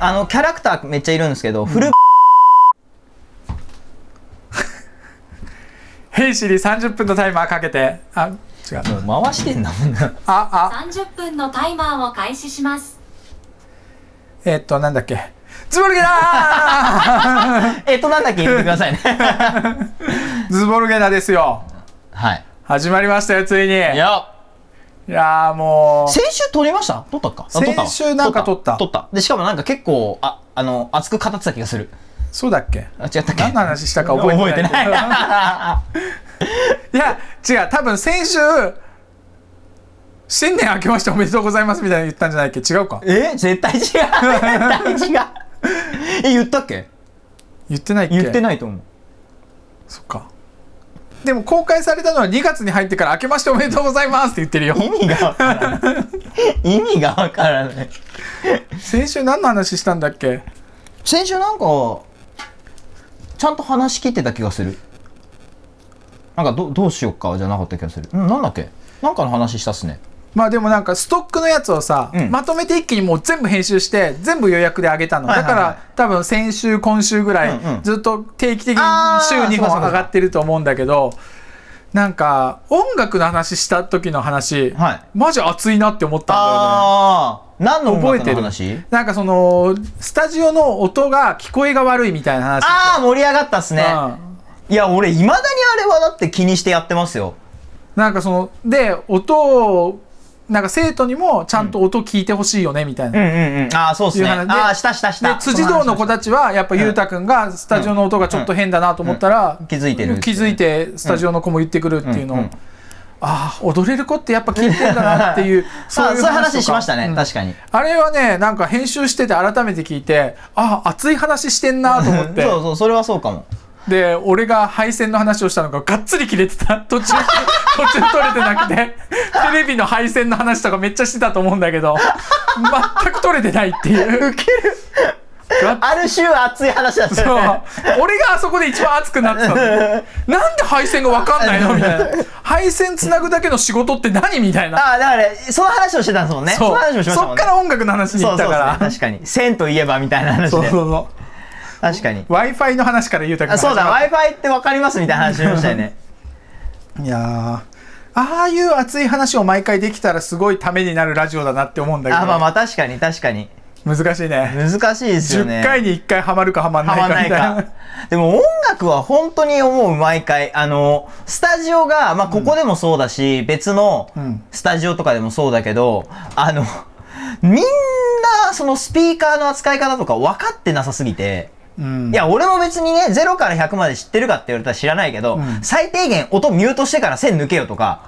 あの、キャラクターめっちゃいるんですけど、フル、ヘイシリ30分のタイマーかけて、あ、違う。もう回してんだもんな。 あ、あ、 30分のタイマーを開始します。えーっと、なんだっけ。ズボルゲナえっと、なんだっけ言ってください ね。ーズボルゲナですよ。はい。始まりましたよ、ついに。いいやや、ーもう。先週撮りました撮ったかあ撮ったわ先週なんか撮った撮った。で、しかもなんか結構、あ、あの、熱く語ってた気がする。そうだっけあ、違ったっけ何の話したか覚覚ええててない。ない。いや、違う。多分先週、新年明けましておめでとうございますみたいに言ったんじゃないっけ違うか。 え絶対違う。絶対違う。 え、言ったっけ言ってないっけ言ってい。ないと思う。そっか。でも公開されたのは2月に入ってから明けましておめでとうございますって言ってるよ。 意味がわからない。意味がわからない。先週何の話したんだっけ先週なんかちゃんと話し切ってた気がするなんかどどうしよっかじゃなかった気がするうんなんだっけなんかの話したっすねまあでもなんかストックのやつをさ、うんまとめて一気にもう全部編集して全部予約で上げたの、はいはいはいだから多分先週今週ぐらい、うんうんずっと定期的にあー週そ2うかそう本か上がってると思うんだけどなんか音楽の話した時の話、はいマジ熱いなって思ったんああ何のだよね覚音え楽てのる話なんかそのスタジオの音が聞こえが悪いみたいな話ああ盛り上がったっすねうんいや俺いまだにあれはだって気にしてやってますよなんかそので音をなんか生徒にもちゃんと音聞いてほしいよねみたいなうんうんうんああそうっすねいう話あであしたしたしでた辻堂の子たちはやっぱん裕太君がスタジオの音がちょっと変だなと思ったら、うん気づいてる気づいてスタジオの子も言ってくるっていうのを、うんうんああ踊れる子ってやっぱ聞いてんだなって いうそうそういう話とかしましたね、うん確かにあれはねなんか編集してて改めて聞いてああ熱い話してんなと思ってそうそうそれはそうかもで俺が配線の話をしたのががっつり切れてた途 中途中取れてなくてテレビの配線の話とかめっちゃしてたと思うんだけど全く取れてないっていう。がっある種熱い話だったそうよね俺があそこで一番熱くなってたのなんで配線が分かんないのみたいな配線つなぐだけの仕事って何みたいなああだからその話をしてたんですもんねそそのう話をしましたそもっんねから音楽の話に行そうっそたうかそうら確かに1000といえばみたいな話そうそうでそ確かにう w i f i の話から言うたけあどそうだ w i f i って分かりますみたいな話しましたよねいやーああいう熱い話を毎回できたらすごいためになるラジオ だなって思うんだけどあまあまあ確かに確かに難しいね難しいですよね10回に1回ハマるかハマんなはまいんなかみいたいかなでも音楽は本当に思う毎回あのスタジオが、まあ、ここでもそうだし、別のうんスタジオとかでもそうだけどあのみんなそのスピーカーの扱い方とか分かってなさすぎて。うんいや、俺も別にね、0から100まで知ってるかって言われたら知らないけど、うん最低限音ミュートしてから線抜けよとか、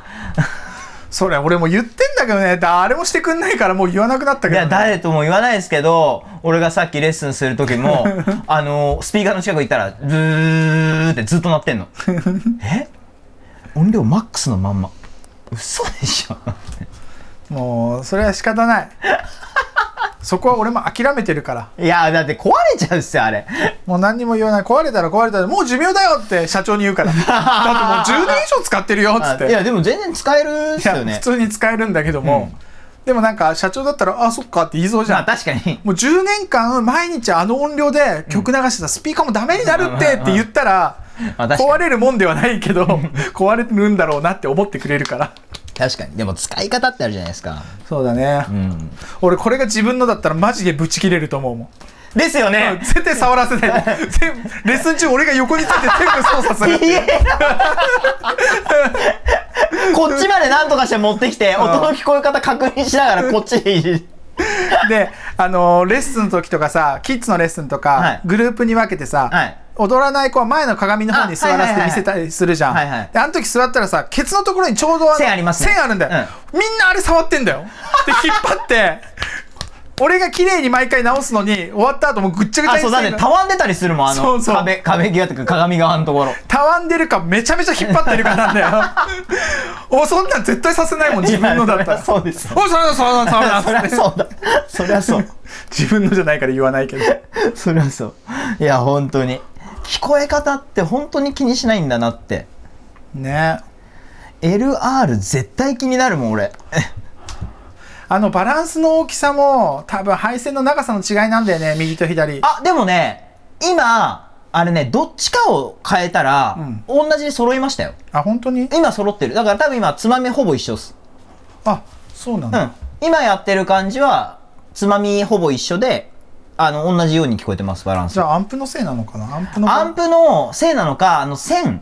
それ俺も言ってんだけどね誰もしてくんないからもう言わなくなったけいど、ね、や、誰とも言わないですけど、俺がさっきレッスンする時 も、あの、スピーカーの近く行ったら、ズーってずっと鳴ってん の。え音量マックスのまんま。嘘でしょもうそれは仕方ない そこは俺も諦めてるからいや、だって壊れちゃうっすよ、あれ。もう何にも言わない壊れたら壊れたらもう寿命だよって社長に言 うからだってもう10年以上使ってるよっつっあていや、でも全然使えるっすよいや普ね。通に使えるんだけども、でもなんか社長だったらあそっかって言いそうじゃん、まあ確かに。もう10年間毎日あの音量で曲流してたスピーカーもダメになるってって言ったらまあ確かに。壊れるもんではないけど壊れるんだろうなって思ってくれるから確かに。でも使い方ってあるじゃないですか。そうだね、うん。俺これが自分のだったらマジでブチ切れると思うもんですよね。うん 絶対触ら せない。全部レッスン中俺が横について全部操作するっていいう。や こっちまで何とかして持ってきてん音の聞こえ方確認しながらこっち へいじで、あのーレッスンの時とかさ、キッズのレッスンとか、はいグループに分けてさ、はい踊らない子は前の鏡の方に座らあはいはいはせていはい見せたりするじゃん。はいはいで、あの時座ったらさ、ケツのところにちょうどの線ありますね線あるんだよ、みんなあれ触ってんだよ。で、引っ張って、俺が綺麗に毎回直すのに、終わった後もうぐっちゃぐちゃあにそうだしてねるたわんでたりするもんあのそうそう壁壁際というか鏡側のところたわんでるかめちゃめちゃ引っ張ってるかなんだよ。 おそんなん絶対させないもん、自分のだったいやら。 そりゃそうですよおい、 それだ、それだ、それそりだ。ゃそうだそりゃそう 自分のじゃないから言わないけどそりゃそういや本当に聞こえ方って本当に気にしないんだなってね LR 絶対気になるもん俺あのバランスの大きさも多分配線の長さの違いなんだよね右と左あでもね今あれねどっちかを変えたら、うん同じに揃いましたよあ本当に今揃ってるだから多分今つまみほぼ一緒っすあそうなんうだ、ん今やってる感じはつまみほぼ一緒であの同じように聞こえてますバランスじゃあアンプのせいなのかなアンプのアンプのせいなのか、あの線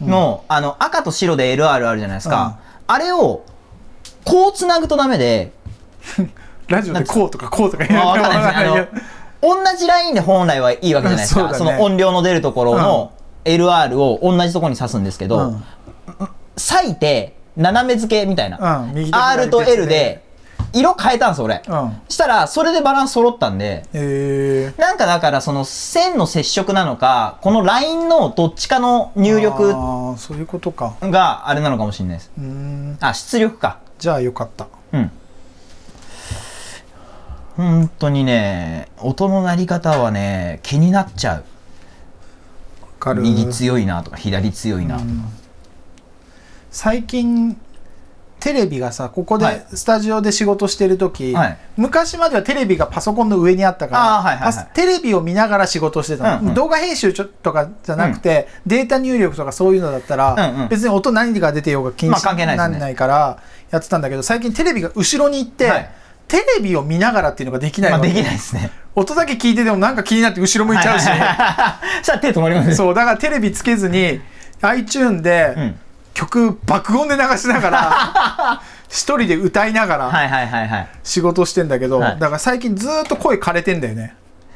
の、あの赤と白で LR あるじゃないですか。あれを、こう繋ぐとダメで、ラジオでこうとかこうとか言まあわかんなわいかんないですね。あの、同じラインで本来はいいわけじゃないですか。うんそそうだねの音量の出るところの LR を同じところに刺すんですけど、うん裂いて斜め付けみたいな。うん右と左 R と別 L で、色変えたんです、俺。うんしたら、それでバランス揃ったんで、えなんかだからその線の接触なのか、このラインのどっちかのー、入力ああそういうことかがあれなのかもしれないです。うーんあ、出力か。じゃあよかったうん。本当にね、音の鳴り方はね、気になっちゃう。わかる右強いなとか、左強いな。うん最近テレビがさここで、はいスタジオで仕事してる時、はい昔まではテレビがパソコンの上にあったからあーはいはいはいパステレビを見ながら仕事してたの、うんうん動画編集ちょとかじゃなくて、データ入力とかそういうのだったら、うんうん別に音何が出てようが気にまあ関係ないですねんないからやってたんだけど最近テレビが後ろに行って、はいテレビを見ながらっていうのができないまわあ、けできないですね。音だけ聞いててもなんか気になって後ろ向いちゃうし、 さあ手止まりますね。 そうだからテレビつけずに iTune で、うん。曲爆音で流しながら 一人で歌いながらはいはいはいはい。仕事してんだけど、はいだから最近ずーっと声枯れてんだよね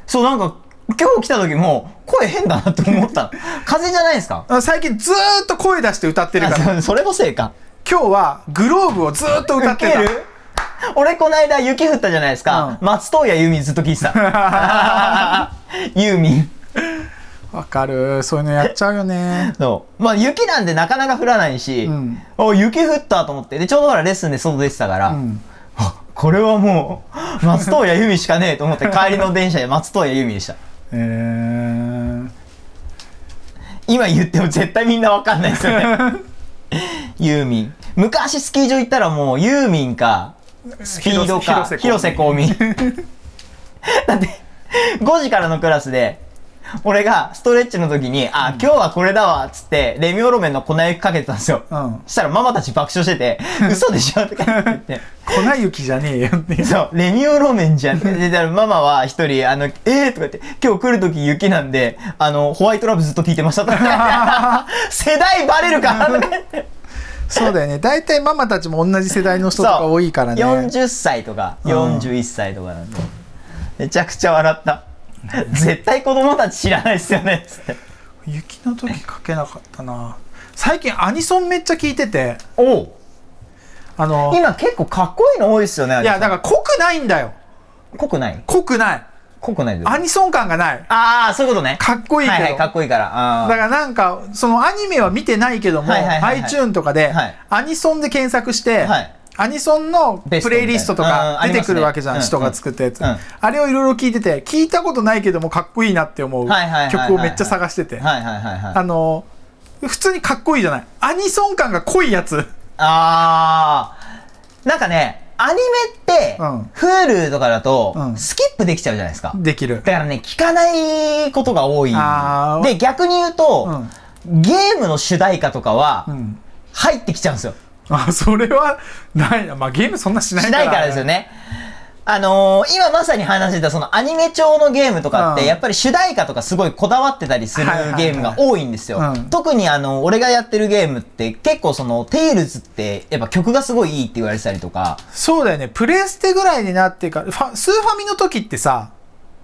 そう、なんか、今日来た時も、声変だなって思 った。風邪じゃないですかあ最近ずーっと声出して歌ってる からあそうそれのせいか。今日はグローブをずーっと歌ってウケたる俺この間雪降ったじゃないですか、う松任谷由実ずっと聞いて たユーミン わかるそういうのやっちゃうよねそうまあ雪なんでなかなか降らないし、うんお雪降ったと思ってでちょうどほらレッスンで外出てたから、うんあこれはもう松任谷由実しかねえと思って帰りの電車で松任谷由実でしたえー、今言っても絶対みんなわかんないですよねユーミン昔スキー場行ったらもうユーミンかスピードか広広瀬瀬香美だって5時からのクラスで俺がストレッチの時に「あ今日はこれだわ」っつってレミオロメンの粉雪かけてたんですよ、 うんそしたらママたち爆笑してて「嘘でしょ」とか言って粉雪じゃねえよってそう、レミオロメンじゃん。で、だからママは一人、あの、えーとか言って、今日来るとき雪なんで、あの、ホワイトラブずっと聞いてましたとか。世代バレるかとか言ってそうだよね大体ママたちも同じ世代の人とか多いからね40歳とか、41歳とかなんで。めちゃくちゃ笑った。絶対子供たち知らないですよね、つって。雪の時かけなかったな最近アニソンめっちゃ聞いてておあの今結構かっこいいの多いですよね、いや、だから濃くないんだよ。ら。濃くない濃くない。濃くないです。アニソン感がない。ああ、そういうことね。かっこいいけどはいはい、かっこいいから。あだーからなんか、そのアニメは見てないけども、はいはいはいはい iTune とかではい、アニソンで検索してはい、アニソンのベスプトみたいなレイリストとうんかあり出ますねてくるわけじゃ、うんん人が作ったやつ。うんあれをいろいろ聞いてて、聞いたことないけどもかっこいいなって思うはいはいはいはい曲をめっちゃ探してて、はいはいはいはい。あの、普通にかっこいいじゃない。アニソン感が濃いやつ。あーなんかねアニメって、うん Hulu とかだと、うんスキップできちゃうじゃないですかできる。だからね聞かないことが多いあーで逆に言うと、ゲームの主題歌とかは、うん。入ってきちゃうんですよあ、それはないな。まあゲームそんなしないしから。ないからですよねあのー今まさに話してたそのアニメ調のゲームとかって、うんやっぱり主題歌とかすごいこだわってたりするはいはいはいゲームが多いんですよ、うん特にあの俺がやってるゲームって結構その「テイルズってやっぱ曲がすごいいいって言われてたりとかそうだよね。プレステぐらいになってから、ファスーファミの時ってさ、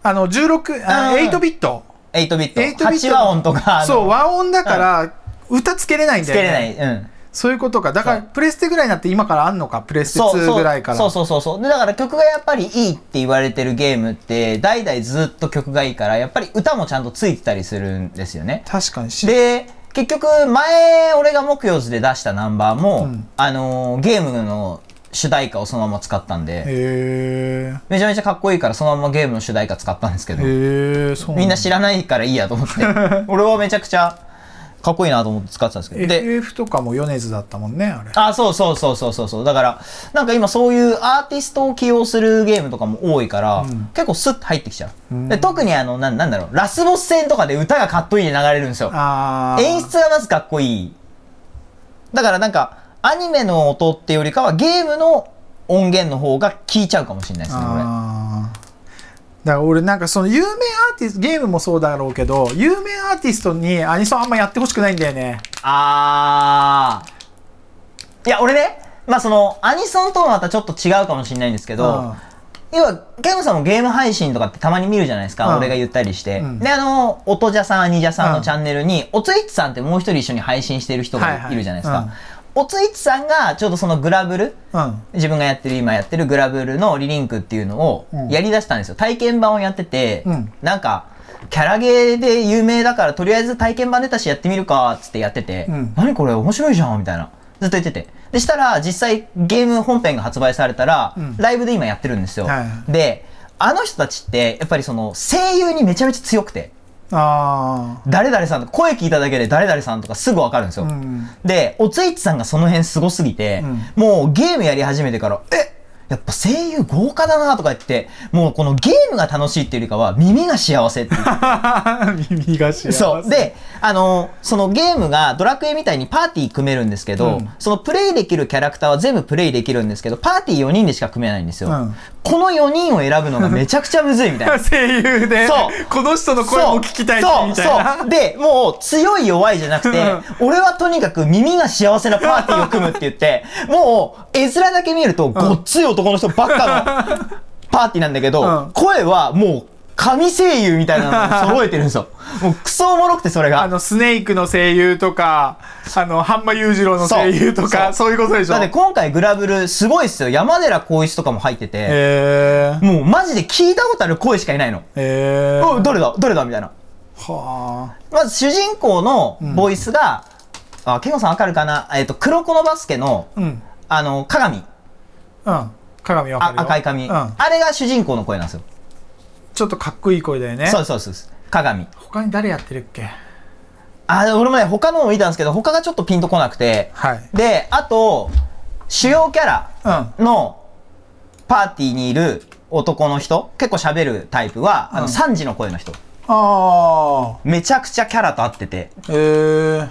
あの、16、あうん8ビット。 8ビット。 8ビットの8和音とか。あのそう、和音だから、歌つけれないんだつよけね。れない。うん。そういうことか。だから、そプレステぐらいになって今からあんのか、プレステそう2そうぐらいから。そうそうそうそう。で、だから曲がやっぱりいいって言われてるゲームって、代々ずっと曲がいいから、やっぱり歌もちゃんとついてたりするんですよね。確かにし。で、結局、前、俺が木曜図で出したナンバーも、うんあのーゲームの主題歌をそのまま使ったんで、へー。めちゃめちゃかっこいいから、そのままゲームの主題歌使ったんですけど、へー、そう みんな知らないからいいやと思って、俺はめちゃくちゃ、かっこいいなと思って使ってたんですけどで FF とかも米津だったもんねあれあそうそうそうそうそうそうだからなんか今そういうアーティストを起用するゲームとかも多いから、ん結構スッと入ってきちゃう、うんで特にあのなんなんだろうラスボス戦とかで歌がかっこいいで流れるんですよあー演出がまずかっこいいだからなんかアニメの音ってよりかはゲームの音源の方が効いちゃうかもしれないですねこれあーだから俺なんかその有名アーティストゲームもそうだろうけど有名アーティストにアニソンあんまやってほしくないんだよねあーいや俺ねまあそのアニソンとはまたちょっと違うかもしれないんですけど、要はゲームさんもゲーム配信とかってたまに見るじゃないですか、うん俺が言ったりして、うんであの音じゃさん兄じゃさんうのんチャンネルに、おついちさんってもう一人一緒に配信してる人はいはがいいるじゃないですか、おついちさんがちょうどそのグラブルうん、うん自分がやってる今やってるグラブルのリリンクっていうのをうんやりだしたんですよ体験版をやってて、うんなんかキャラゲーで有名だからとりあえず体験版出たしやってみるかっつってやってて「うん何これ面白いじゃん」みたいなずっと言っててでしたら実際ゲーム本編が発売されたら、うんライブで今やってるんですよ、はいであの人たちってやっぱりその声優にめちゃめちゃ強くてあ誰々さんと声聞いただけで誰々さんとかすぐ分かるんですあよ、うん で、おついちさんがその辺すごすぎて、もうゲームやり始めてから、えやっぱ声優豪華だなとか言って、もうこのゲームが楽しいっていうよりかは耳が幸せって 言って耳が幸せそう。で、あの、そのゲームがドラクエみたいにパーティー組めるんですけど、うんそのプレイできるキャラクターは全部プレイできるんですけど、パーティー4人でしか組めないんですよ。うんこの4人を選ぶのがめちゃくちゃむずいみたいな。声優でそうこの人の声も聞きたいしみたいそなうそうでもう強い弱いじゃなくて俺はとにかく耳が幸せなパーティーを組むって言って もう絵面だけ見るとごっつい男の人ばっ かのパーティーなんだけど、うん声はもう神声優みたいなのを揃えてるんですよもうクソおもろくてそれあがのスネークの声優とかあの半間裕次郎の声優とかそそういうことでしょだって今回グラブルすごいっすよ山寺宏一とかも入っててへーもうマジで聞いたことある声しかいないの、へーうんどれだどれだみたいなはまず主人公のボイスが、あ、ケンゴさんわかるかなえっ、と、黒子のバスケの、あうんあの、鏡。うん鏡わかあるよ赤い髪、うんあれが主人公の声なんですよ。ちょっとかっこいい声だよねそうですそうです。鏡。他に誰やってるっけあ、で俺もね、他のも見たんですけど、他がちょっとピンとこなくて。はいで、あと、主要キャうんラのパーティーにいる男の人、結構喋るタイプは、あうの、んサンジの声の人。ああめちゃくちゃキャラと合ってて。へえ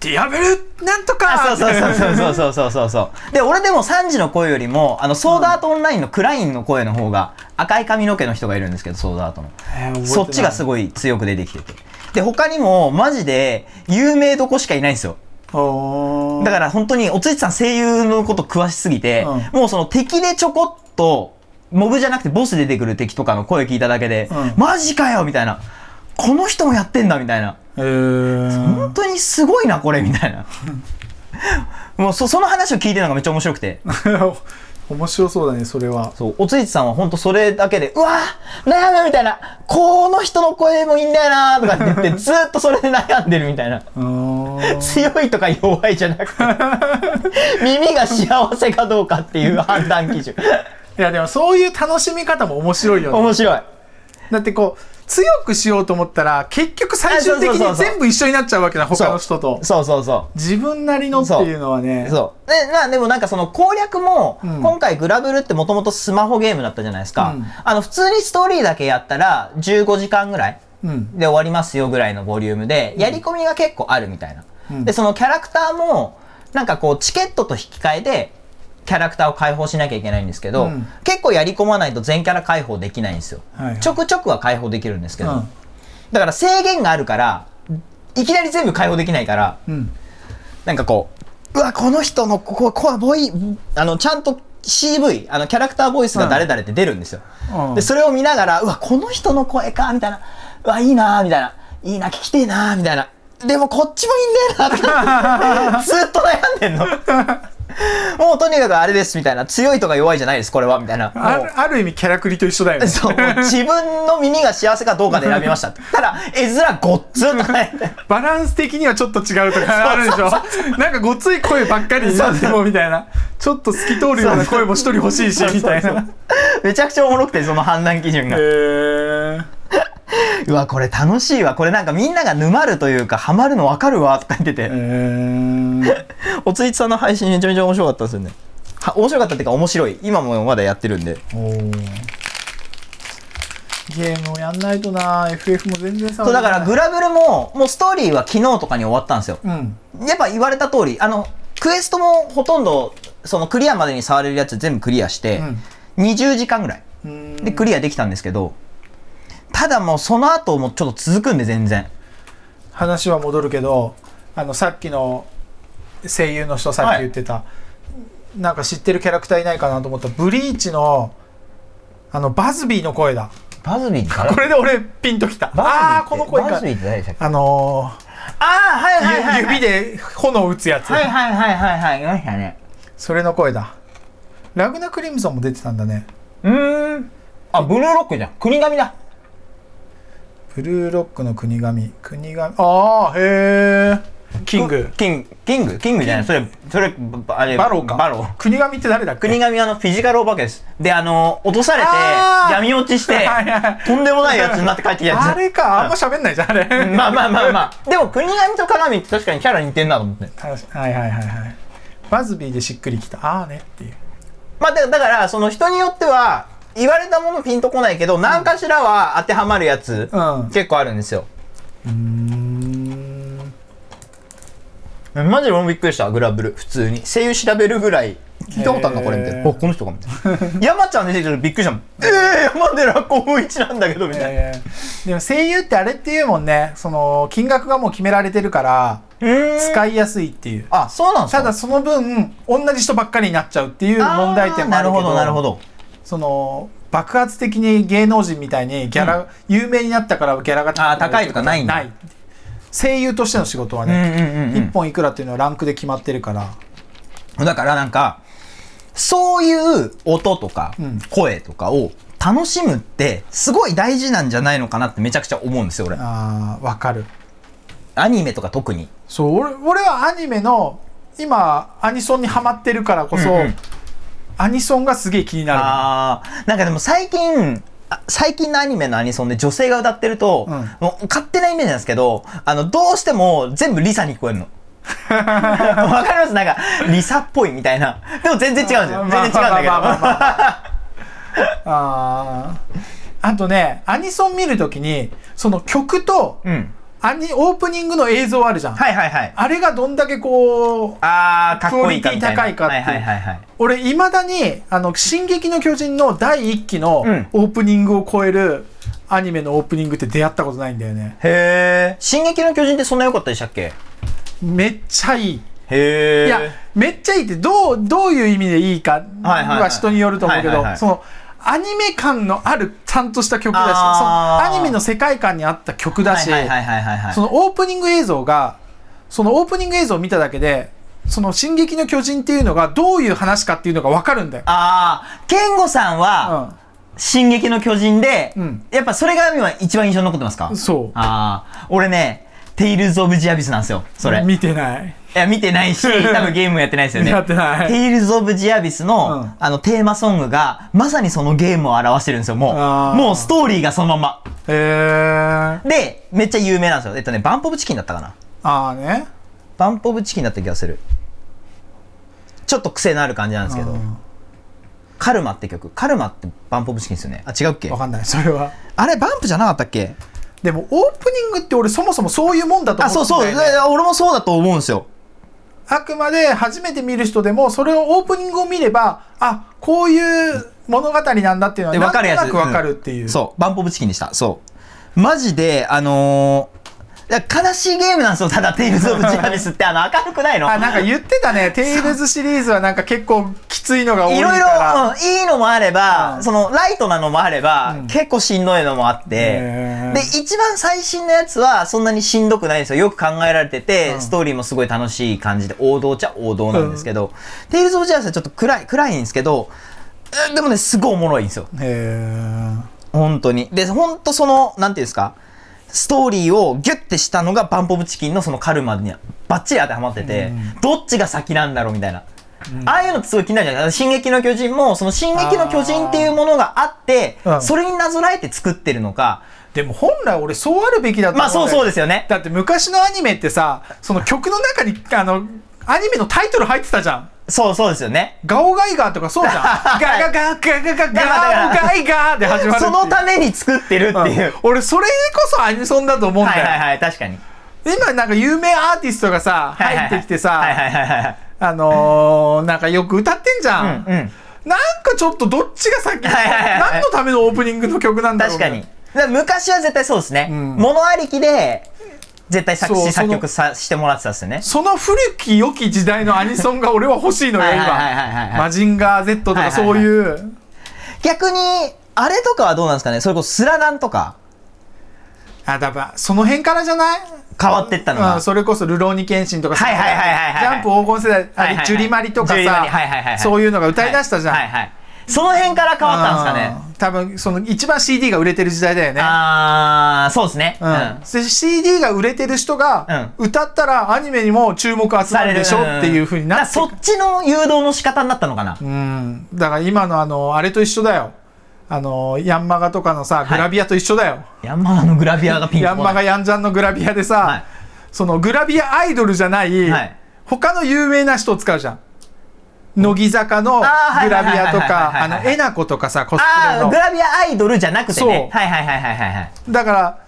ディアベルなんとかあそうそうそう そうそうそうそうそうで俺でも3時の声よりもあのソードアートオンラインのクラインの声の方が赤い髪の毛の人がいるんですけどソードアートのそっちがすごいごい強く出てきててで他にもマジで有名どこしかいないんですよだから本当におついちさん声優のこと詳しすぎて、うもうその敵でちょこっとモブじゃなくてボス出てくる敵とかの声聞いただけで、うんマジかよみたいなこの人もやってんだみたいなへえ本当にすごいなこれみたいな もうそその話を聞いてるのがめっちゃ面白くて 面白そうだねそれはそうおついちさんは本当それだけでうわー悩むみたいなこの人の声もいいんだよなとかって 言ってずーっとそれで悩んでるみたいなうーん強いとか弱いじゃなくて 耳が幸せかどうかっていう判断基 準いやでもそういう楽しみ方も面白いよね面白いだってこう強くしようと思ったら結局最終的あそうそうにそうそう全部一緒になっちゃうわけだ他の人とそうそうそう自分なりのっていうのはねそう。で、まあでもなんかその攻略も、うん今回グラブルってもともとスマホゲームだったじゃないですか。うんあの、普通にストーリーだけやったら15時間ぐらいうんで終わりますよぐらいのボリュームで、やり込みが結構あるみたいな。うんで、そのキャラクターも、なんかこう、チケットと引き換えで、キャラクターを解放しなきゃいけないんですけど、うん結構やり込まないと全キャラ解放できないんですよ。はいはいちょくちょくは解放できるんですけうど、んだから制限があるから、いきなり全部解放できないから、うんなんかこう、うわ、この人のここ、こわ、ボイ、あの、ちゃんと CV、あの、キャラクターボイスが誰々って出るんですよ。うんで、それを見ながら、うわ、この人の声か、みたいな。うわ、いいなーみたいな。いいな、聞きてえなーみたいな。でも、こっちもいいんだよ なーってずっと悩んでんの。もう、とにかくあれです、みたいな。強いとか弱いじゃないです、これは、みたいな。あもうるある意味キャラクリと一緒だよねそう、もう自分の耳が幸せかどうかで選びましたって。ただ、絵面ごっつんとかね。 バランス的にはちょっと違うとかあるでしょなんかごつい声ばっかりになってもみたいなちょっと透き通るような声も一人欲しいしみたいなめちゃくちゃおもろくて、その判断基準が。へえ うわこれ楽しいわこれなんかみんなが沼るというかハマるの分かるわとか言ってて、えー、おついつさんの配信めちゃめちゃ面白かったんですよねは面白かったっていうか面白い今もまだやってるんでおーゲームをやんないとな FF も全然触そうれなだいからグラブルももうストーリーは昨日とかに終わったんですようんやっぱ言われた通りあのクエストもほとんどそのクリアまでに触れるやつ全部クリアして、20時間ぐらいうんでクリアできたんですけど、ただもうその後もちょっと続くんで全然話は戻るけどあのさっきの声優の人さっき言ってた、なんか知ってるキャラクターいないかなと思ったブリーチのあのバズビーの声だバズビーって誰 これで俺ピンときたああーこの声バかズビーって誰でしたっけあのああはいーはいはい、ゆはい、指で炎を打つやつ、はいはいはいはいはいいましたねそれの声だラグナクリムゾンも出てたんだねうーんあブルーロックじゃん国神だブルーロックの国神国神ああへえキングキングキングキングじゃないそれそればあれバローかバロー国神って誰だっけ国神はあのフィジカルお化けですであの落とされてあー闇落ちしてはいはいとんでもないやつになって帰ってきたやつあれかあんま喋んないじゃんあれまあまあまあまあでも国神と鏡って確かにキャラ似てんなと思って確かはいはいはいはいバズビーでしっくりきたああねっていうまあだだからその人によっては言われたものピンとこないけど何かしらは当てはまるやつ、うん結構あるんですようーんマジで俺もびっくりしたグラブル普通に声優調べるぐらい聞いたことあるなこれみたいなへーおこの人かみたいな山ちゃん出てきた時びっくりしたもんええー、山寺宏一なんだけどみいたやいいなやでも声優ってあれっていうもんねその金額がもう決められてるからうーん使いやすいっていうあそうなんですかただその分同じ人ばっかりになっちゃうっていう問題点もあるあーなるけどほどなるほどその爆発的に芸能人みたいにギャラ、有名になったからギャラがあー高いとかないんだない声優としての仕事はうんね、うんうん、一本いくらっていうのはランクで決まってるからうん、だからなんかそういう音とかうん声とかを楽しむってすごい大事なんじゃないのかなってめちゃくちゃ思うんですよ俺あーわかるアニメとか特にそう俺俺はアニメの今アニソンにハマってるからこそ、うんうんアニソンがすげえ気になるあーなんかでも最近あ最近のアニメのアニソンで女性が歌ってると、うんもう勝手なイメージなんですけどあのどうしても全部リサに聞こえる のわかりますなんかリサっぽいみたいなでも全然違うんですよ全然違うんだけどまあまあまあまああーあとねアニソン見るときにその曲と うんアニオープニングの映像あるじゃん、はいはいはいあれがどんだけこうあーかっこいいかみたいなクオリティ高いかっていうはいはいはいはい俺いまだに「あの進撃の巨人」の第1期のうんオープニングを超えるアニメのオープニングって出会ったことないんだよねへえ。進撃の巨人ってそんな良かったでしたっけめっちゃいいへえ。いやめっちゃいいってどうどういう意味でいいかはいはいははい人によると思うけはいどはいはいそのアニメ感のあるちゃんとした曲だしそあのーアニメの世界観に合った曲だしはいはいはいはいはい。そのオープニング映像がそのオープニング映像を見ただけでその「進撃の巨人」っていうのがどういう話かっていうのが分かるんだよ。ああ、健吾さんは、進撃の巨人で、うんやっぱそれが今一番印象に残ってますかうん、そうああ、俺ね、テイルズ・オブ・ジアビスなんですよ、それ。い見てない。や、見てない し、多分ゲームもやってないですよね。やってないテイルズ・オブ・ジアビスの、うんあの、テーマソングが、まさにそのゲームを表してるんですよ、もあう。ーもうストーリーがそのまま。へえで、めっちゃ有名なんですよ。えっとね、バンポブ・チキンだったかな。ああねバンプオブチキンだった気がするちょっと癖のある感じなんですけどう「カルマ」って曲「カルマ」ってバンプオブチキンですよねあ違うっけんわかんないそれはあれバンプじゃなかったっけでもオープニングって俺そもそもそういうもんだと思あってそうそうたよね俺もそうだと思うんですよあくまで初めて見る人でもそれをオープニングを見ればあこういう物語なんだっていうのではわなんとかるやつなくわかるっていう,、そうバンプオブチキンでしたそうマジであのーいや悲しいゲームなんですよただ「テイルズ・オブ・ジャービス」ってあの明るくないのあなんか言ってたね「テイルズ」シリーズはなんか結構きついのが多いいからろいろ、うんいいのもあれば、うんそのライトなのもあれば、うん結構しんどいのもあって、へーで一番最新のやつはそんなにしんどくないんですよよく考えられてて、うんストーリーもすごい楽しい感じで王道っちゃ王道なんですけど「テイルズ・オブ・ジャース」はちょっと暗い暗いんですけどうんでもねすごいおもろいんですよへ本当にで本当そのなんていうんですかストーリーをギュッてしたのがバンポブチキンのそのカルマにバッチリ当てはまってて、うんどっちが先なんだろうみたいな、ああいうのってすごい気になるじゃない進撃の巨人もその進撃の巨人っていうものがあってあーうんそれになぞらえて作ってるのかでも本来俺そうあるべきだと思まあそうそうですすよねだって昔のアニメってさその曲の中にあのアニメのタイトル入ってたじゃんそうそうですよねガオガイガーとかそうじゃんガガガガガガガだからガオガイガーで始まるっていそうのために作ってるっていう、うん俺それこそアニソンだと思うんはいだはいよはい確かに今なんか有名アーティストがさ入ってきてはいはさいはいはいはいあのーなんかよく歌ってんじゃんうんうんなんかちょっとどっちが先はいはいはい何のためのオープニングの曲なんだろう確みたかいなにだから昔は絶対そうですね、うん物ありきで絶対作そう詞その作曲さしてもらってたっすよねその古き良き時代のアニソンが俺は欲しいのよはいはいはいはいはいは今いマジンガー Z とはかいはいそはういいう逆にあれとかはどうなんですかねそれこそスラダンとかあだからその辺からじゃない変わってったのが、うんそれこそ「流浪に剣心」とかはいはいはいはいはいジャンプ黄金世代あはいはいはれいジュリマリとかジュリマリはいはいはいはさいそういうのが歌い出したじゃんはいはいはいその辺から変わったんですかねうん多分その一番 CD が売れてる時代だよねああそうですね、ううんんで CD が売れてる人が歌ったらアニメにも注目集まされるるでしょっていうふうになだからってくそっちの誘導の仕方になったのかな、うんだから今のあのあれと一緒だよあのヤンマガとかのさグラビアと一緒だよ、ヤンマガのグラビアがピンとヤンマガいヤンジャンのグラビアでさ、はいそのグラビアアイドルじゃない、はい他の有名な人を使うじゃん。乃木坂のグあーはいラビアとはいか、はあいはいはいはいの、えなことかさ、コスプレああのグ。ラビアアイドルじゃなくてそうねはいはいはいはいはいはいだから、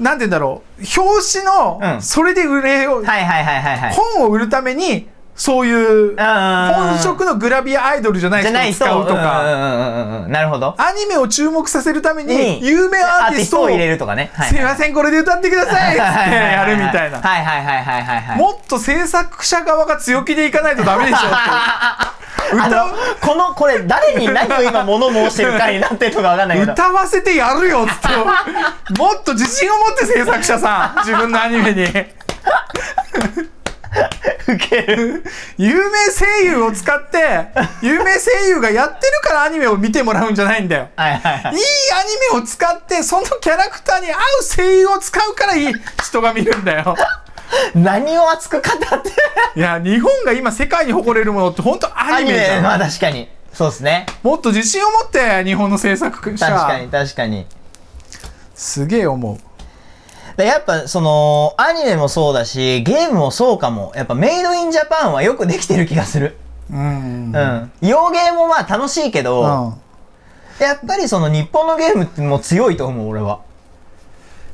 なんて言うんだろう。表紙うの、んそれで売れよう、はいはいはいはいはい本を売るために、そういう、本本職のグラビアアイドルじゃないじゃない人を使人うとか、うんうんうんうんうんなるほどアニメを注目させるために、うん有名アーティストを、を入れするとかねいません、これで歌ってくださいっつってやるみたいな。はいはいはいはいはいはいもっと制作者側が強気でいかないとダメでしょっていう歌うこのこれ誰に何を今物申してるかになってるのかわかんないけど歌わせてやるよっつってもっと自信を持って制作者さん自分のアニメにウケる有名声優を使って有名声優がやってるからアニメを見てもらうんじゃないんだよはいはいはいいいアニメを使ってそのキャラクターに合う声優を使うからいい人が見るんだよ何を熱く語ってるいや日本が今世界に誇れるものって本当アアニニメじメまゃあん確かにそうですねもっと自信を持って日本の制作確か者に確かにすげえ思うでやっぱそのアニメもそうだしゲームもそうかもやっぱメイドインジャパンはよくできてる気がするうんうん洋芸もまあ楽しいけど、やっぱりその日本のゲームってもう強いと思う俺は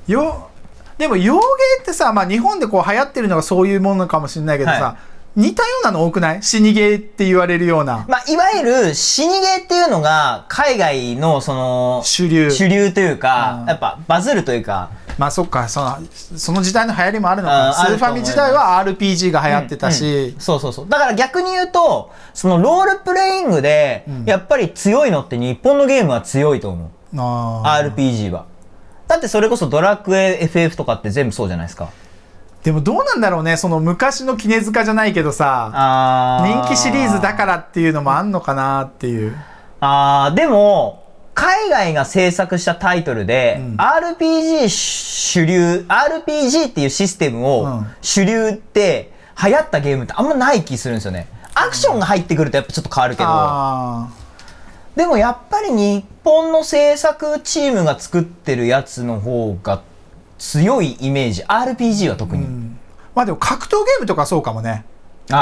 よでも洋芸ってさ、まあ、日本でこう流行ってるのがそういうものかもしれないけどさ、は似たようなの多くない死にゲーって言われるようなまあいわゆる死にゲーっていうのが海外のその主流主流というか、うんやっぱバズるというかまあそっかそのその時代の流行りもあるのうかんスーファミ時代は RPG が流行ってたし、うんうんそうそうそうだから逆に言うとそのロールプレイングでんやっぱり強いのって日本のゲームは強いと思う、あー RPG はだってそれこそドラクエ FF とかって全部そうじゃないですかでもどうなんだろうねその昔の杵塚じゃないけどさあ人気シリーズだらからっていうのもあんのかなっていうあーでも海外が制作したタイトルで、RPG 主流 RPG っていうシステムうをん主流って流行ったゲームってあんまない気するんですよねアクションが入ってくるとやっぱちょっと変わるけどあでもやっぱり日本の制作チームが作ってるやつの方が強いイメージ RPG は特に、ー、うん、まあでも格闘ゲームとかそうかもね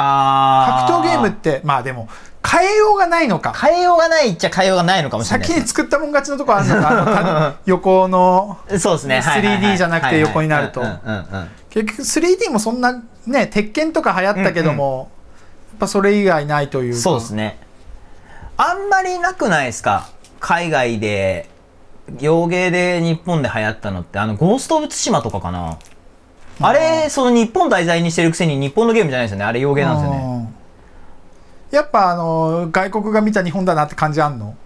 あ格闘ゲームっムてまあでも変えようがないのか変えようがないっちゃ変えようがないのかもしれない先に作ったもん勝ちのとこあるのかあのた横のそうですね、はいはいはい 3D じゃなくて横になるとはいはいうんうんうんうん結局 3D もそんなね鉄拳とか流行ったけども、やっぱそれ以外ないというかそうですねあんまりなくないですか海外で洋芸で日本で流行ったのってあのゴースト・オブ・ツシマとかかなあれその日本題材にしてるくせに日本のゲームじゃないですよねあれ洋芸なんですよねうんやっぱあの外国が見た日本だなって感じあんの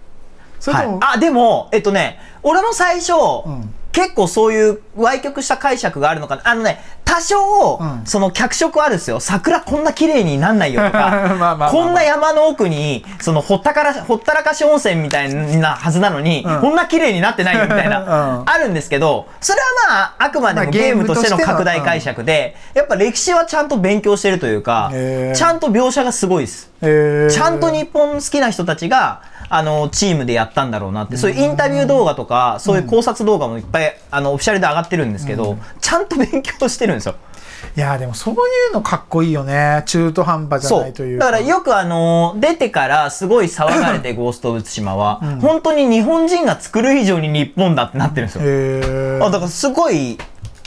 それとも、はい、あでもえっとね俺も最初、うん結構そういう歪曲した解釈があるのかなあのね多少、うんその脚色あるんですよ桜こんな綺麗になんないよと まあまあまあかまあこんな山の奥にそのほったからほったらかし温泉みたいなはずなのに、うんこんな綺麗になってないよみたいな、 うんあるんですけどそれはまああくまでまあもゲームとしてのゲームとしての拡大解釈で、やっぱ歴史はちゃんと勉強してるというかへーちゃんと描写がすごいです。えーちゃんと日本好きな人たちが、あの、チームでやったんだろうなって、そういうインタビュー動画とか、そういう考察動画もいっぱい、あの、オフィシャルで上がってるんですけど、ちゃんと勉強してるんですよ。いやーでもそういうのかっこいいよね中途半端じゃそ。ないといううだからよくあの、出てからすごい騒がれ てゴースト・オブ・ツシマは、本当に日本人が作る以上に日本だってなってるんですよ。へえあだからすごい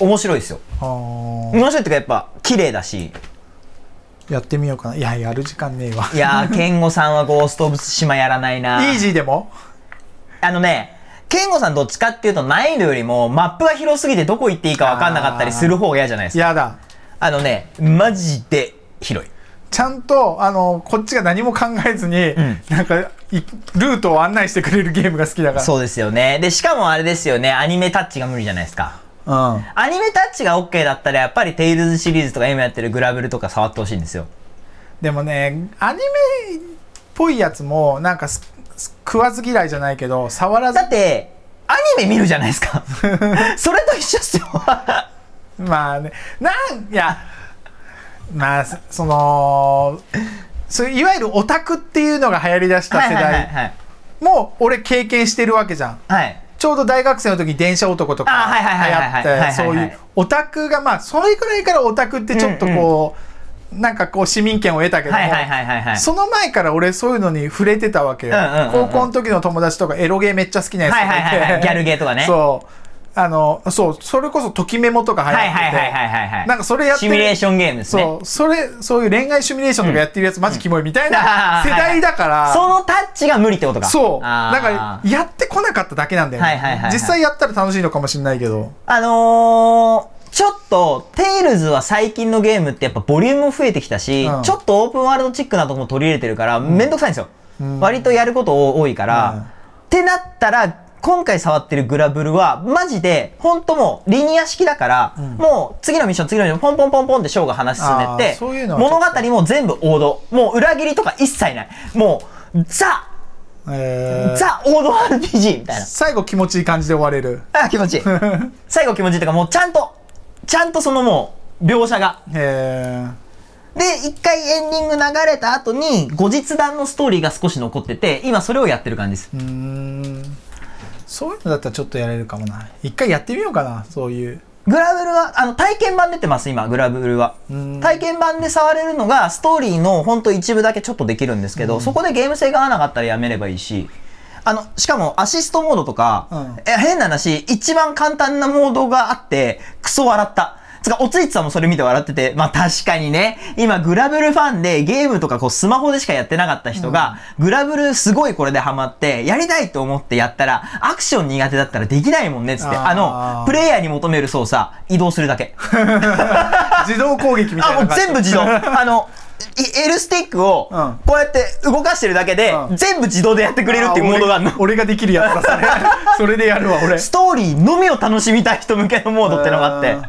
面白いですよ。面白いっていうかやっぱ綺麗だし、やってみようかないややる時間ねえわい やー、健吾さんはゴースト・オブ・ツシマやらないなイージーでもあのね、健吾さんどっちかっていうと難易度よりもマップが広すぎてどこ行っていいか分かんなかったりする方が嫌じゃないですか。やだあのね、マジで広い。ちゃんとあのこっちが何も考えずに、んなんかいルートを案内してくれるゲームが好きだからそうですよね。で、しかもあれですよね、アニメタッチが無理じゃないですか。うん、あアニメタッチが OK だったらやっぱりテイルズシリーズとか今やってるグラブルとか触ってほしいんですよ。でもねアニメっぽいやつもなんかすす食わず嫌いじゃないけど触らずだって、アニメ見るじゃないです か。それと一緒っすよ。まあねなんいやまあそそのそういわゆるオタクっていうのが流行りだしたは世いはい代はいもう俺経験してるわけじゃんはい。はい。ちょうど大学生の時に電車男とかあはいはいはいはい流はい行はっいてそういうオタクがまあそれくらいからオタクってちょっとこう、なんかこう市民権を得たけども、はいはいはいはいはい。その前から俺そういうのに触れてたわけよ、うんうんうんうん高校の時の友達とかエロゲーめっちゃ好きなやつとかて、はいはいはいはいギャルゲーとかね そうあのそうそれこそときメモとか流行っはいてて、はいはいはいはいはい。なんかそれやってシミュレーションゲームですね。そうそれそういう恋愛シミュレーションとかやってるやつ、マジキモいみたいなあー世代だから、そのタッチが無理ってことか。そうあーだからやってこなかっただけなんだよね、はいはいはいはい実際やったら楽しいのかもしれないけどあのー、ちょっと、テイルズは最近のゲームってやっぱボリューム増えてきたし、うんちょっとオープンワールドチックなとこも取り入れてるから、めんどくさいんですよ。割とやること多いから、うんってなったら、今回触ってるグラブルは、マジで、ほんともう、リニア式だから、もう、次のミッション、次のミッション、ポンポンポンポンってショーが話進んであっーて、そういうのはちょっ物と語も全部王道。もう、裏切りとか一切ない。もう、ザ、えーザ王道 RPG みたいな。最後気持ちいい感じで終われる あ気持ちいい最後気持ちいいとかもうちゃんとちゃんとそのもう描写がえで一回エンディング流れた後に後日談のストーリーが少し残ってて今それをやってる感じですーうーんそういうのだったらちょっとやれるかもな一回やってみようかなそういうグラブルはあの体験版出てます今グラブルはうん体験版で触れるのがストーリーのほんと一部だけちょっとできるんですけど、そこでゲーム性が合わなかったらやめればいいしあのしかもアシストモードとか、うんえ変な話一番簡単なモードがあってクソ笑ったつかおついつさんもそれ見て笑っててまあ確かにね今グラブルファンでゲームとかこうスマホでしかやってなかった人が、グラブルすごいこれでハマってやりたいと思ってやったらアクション苦手だったらできないもんねっつってあーあのプレイヤーに求める操作移動するだけ自動攻 撃みたいあ、なもう感じ全部 自動。あの、い L スティックをうん、こうやって動かしてるだけで、うん全部自動でやってくれるっていうモードがあるの俺。俺ができるやつだそれ それでやるわ俺ストーリーのみを楽しみたい人向けのモードってのがあっへてー、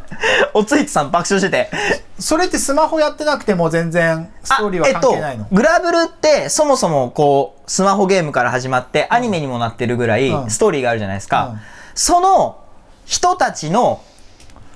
おついつさん爆笑してて、それってスマホやってなくても全然ストーリーは関係ないの、えっと、グラブルってそもそもこうスマホゲームから始まってアニメにもなってるぐらいうんストーリーがあるじゃないですか、うんその人たちの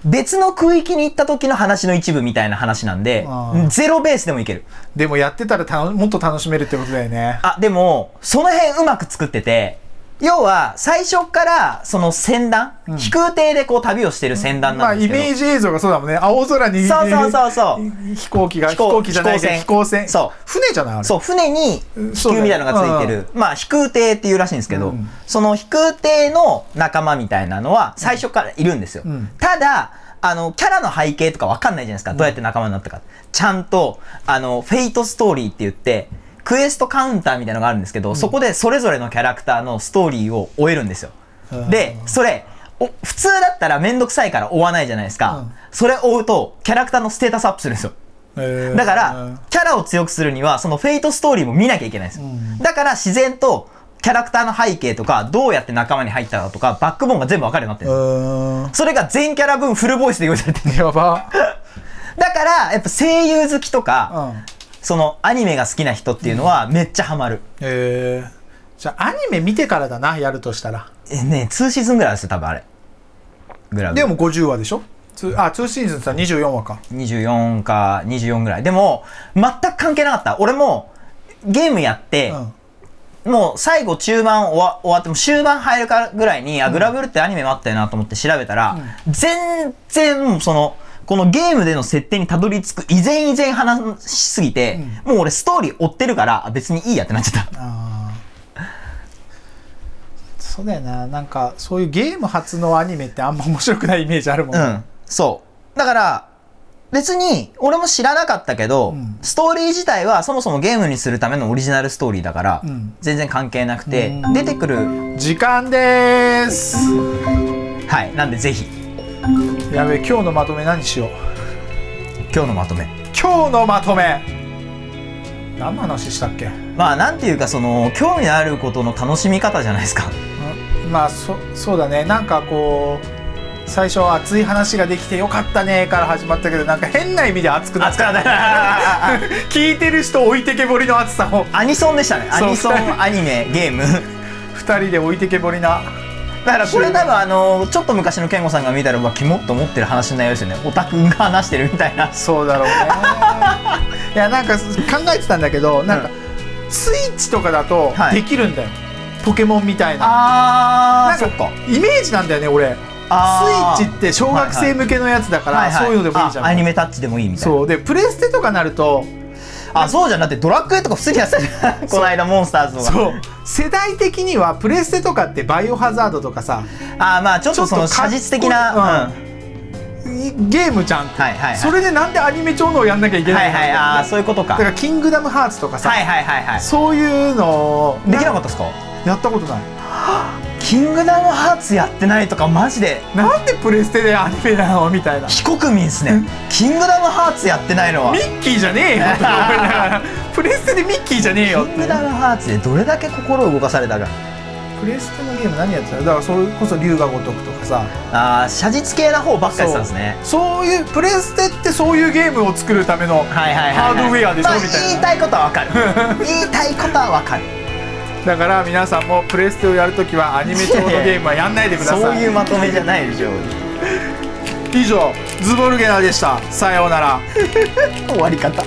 別の区域に行った時の話の一部みたいな話なんでうんゼロベースでもいけるでもやってたらたのもっと楽しめるってことだよねあ、でも、その辺うまく作ってて、要は、最初から、その船団、飛空艇でこう旅をしてる船団まなあんですイけど。メージ映像がそうだもんね青空にそうそうそうそう。飛行機が飛飛行行機じゃないけど飛飛行行船船そう船じゃないあれそう、船に気球みたいなのがついてる。まあ、飛空艇っていうらしいんですけど、うんその飛空艇の仲間みたいなのは最初からいるんですよ。うんただ、あの、キャラの背景とかわかんないじゃないですか。どうやって仲間になったか。ちゃんと、あの、フェイトストーリーって言って、クエストカウンターみたいなのがあるんですけど、そこでそれぞれのキャラクターのストーリーを終えるんですよ。うんで、それ、お普通だったらめんどくさいから追わないじゃないですか。うんそれ追うと、キャラクターのステータスアップするんですよ。へーだから、キャラを強くするには、そのフェイトストーリーも見なきゃいけないんですよ。うんだから自然と、キャラクターの背景とか、どうやって仲間に入ったかとか、バックボーンが全部わかるようになってるうんですよ。ーんそれが全キャラ分フルボイスで用意されてる。やば、だから、やっぱ声優好きとうか、ん、そのアニメが好きな人っていうのはめっちゃハマる。えー、じゃあアニメ見てからだなやるとしたらえ、ね2シーズンぐらいあるんですよ、多分あれ。ぐらい。でも50話でしょつあ2シーズンさ24話か24か24ぐらい。でも、全く関係なかった。俺も、ゲームやって、うんもう最後中盤終わ終わっても終盤入るかぐらいに、あグラブルってアニメもあったよなと思って調べたら、全然もうそのこのゲームでの設定にたどり着く以前以前話しすぎて、もう俺ストーリー追ってるからあ別にいいやってなっちゃったあーそうだよななんかそういうゲーム初のアニメってあんま面白くないイメージあるもん、うん、そう。だから、別に、俺も知らなかったけど、うんストーリー自体はそもそもゲームにするためのオリジナルストーリーだから、うん全然関係なくて、うん出てくる、時間でーすはい、なんでぜひ、やべえ今日のまとめ何しよう今日のまとめ。今日のまとめ何の話したっけまあ、なんていうか、その、興味のあることの楽しみ方じゃないですか。まあそそうだねなんかこう最初熱い話ができてよかったねから始まったけどなんか変な意味で 熱くなっ熱たかった。 聞いてる人置いてけぼりの熱さを アニソンでしたね。アそうニソン、アニメ、ゲー ム。 2人で置いてけぼりなだからこれ多分あのちょっと昔の健吾さんが見たらうわキモッと思ってる話の内容ですよねオタクが話してるみたいな そうだろうねいやなんか考えてたんだけどなんか、スイッチとかだとはいできるんだよ、ポケモンみたいなあなんかイメージなんだよね俺あースイッチって小学生向けのやつだから、はいはいそういうのでもいいじゃんあアニメタッチでもいいみたいなそうでプレステとかなるとあそうじゃんだってドラクエとか普通にやってたじゃん この間モンスターズとかそう世代的にはプレステとかってバイオハザードとかさあまあちょっとそのちょっとか写っこいい実的な、うんいゲームじゃんって、はいはいはいそれでなんでアニメ調のをやんなきゃいけなはいいのはいあーそういうことかだから「キングダムハーツ」とかさ、はいはいはいはいそういうのをできなかったですかやったことないキングダムハーツやってないとかマジでなんでプレステでアニメなのみたいな非国民っすね、うんキングダムハーツやってないのは ミキッキーじゃ ねえよとか思いながらプレステでミッキーじゃねえよングダムハーツでどれだけ心を動かされたかプレステのゲーム何やってたのだからそれこそ龍が如くとかさあー写実系な方ばっかりしてたんですねそういうプレステってそういうゲームを作るためのはいはいはい、はい、ハードウェアでしょまあみたいな言いたいことはわ かる言いたいことはわかるだから皆さんもプレステをやるときはアニメ調のゲームはやんないでくださいそういうまとめじゃないでしょ以上ズボルゲナーでしたさようなら終わり方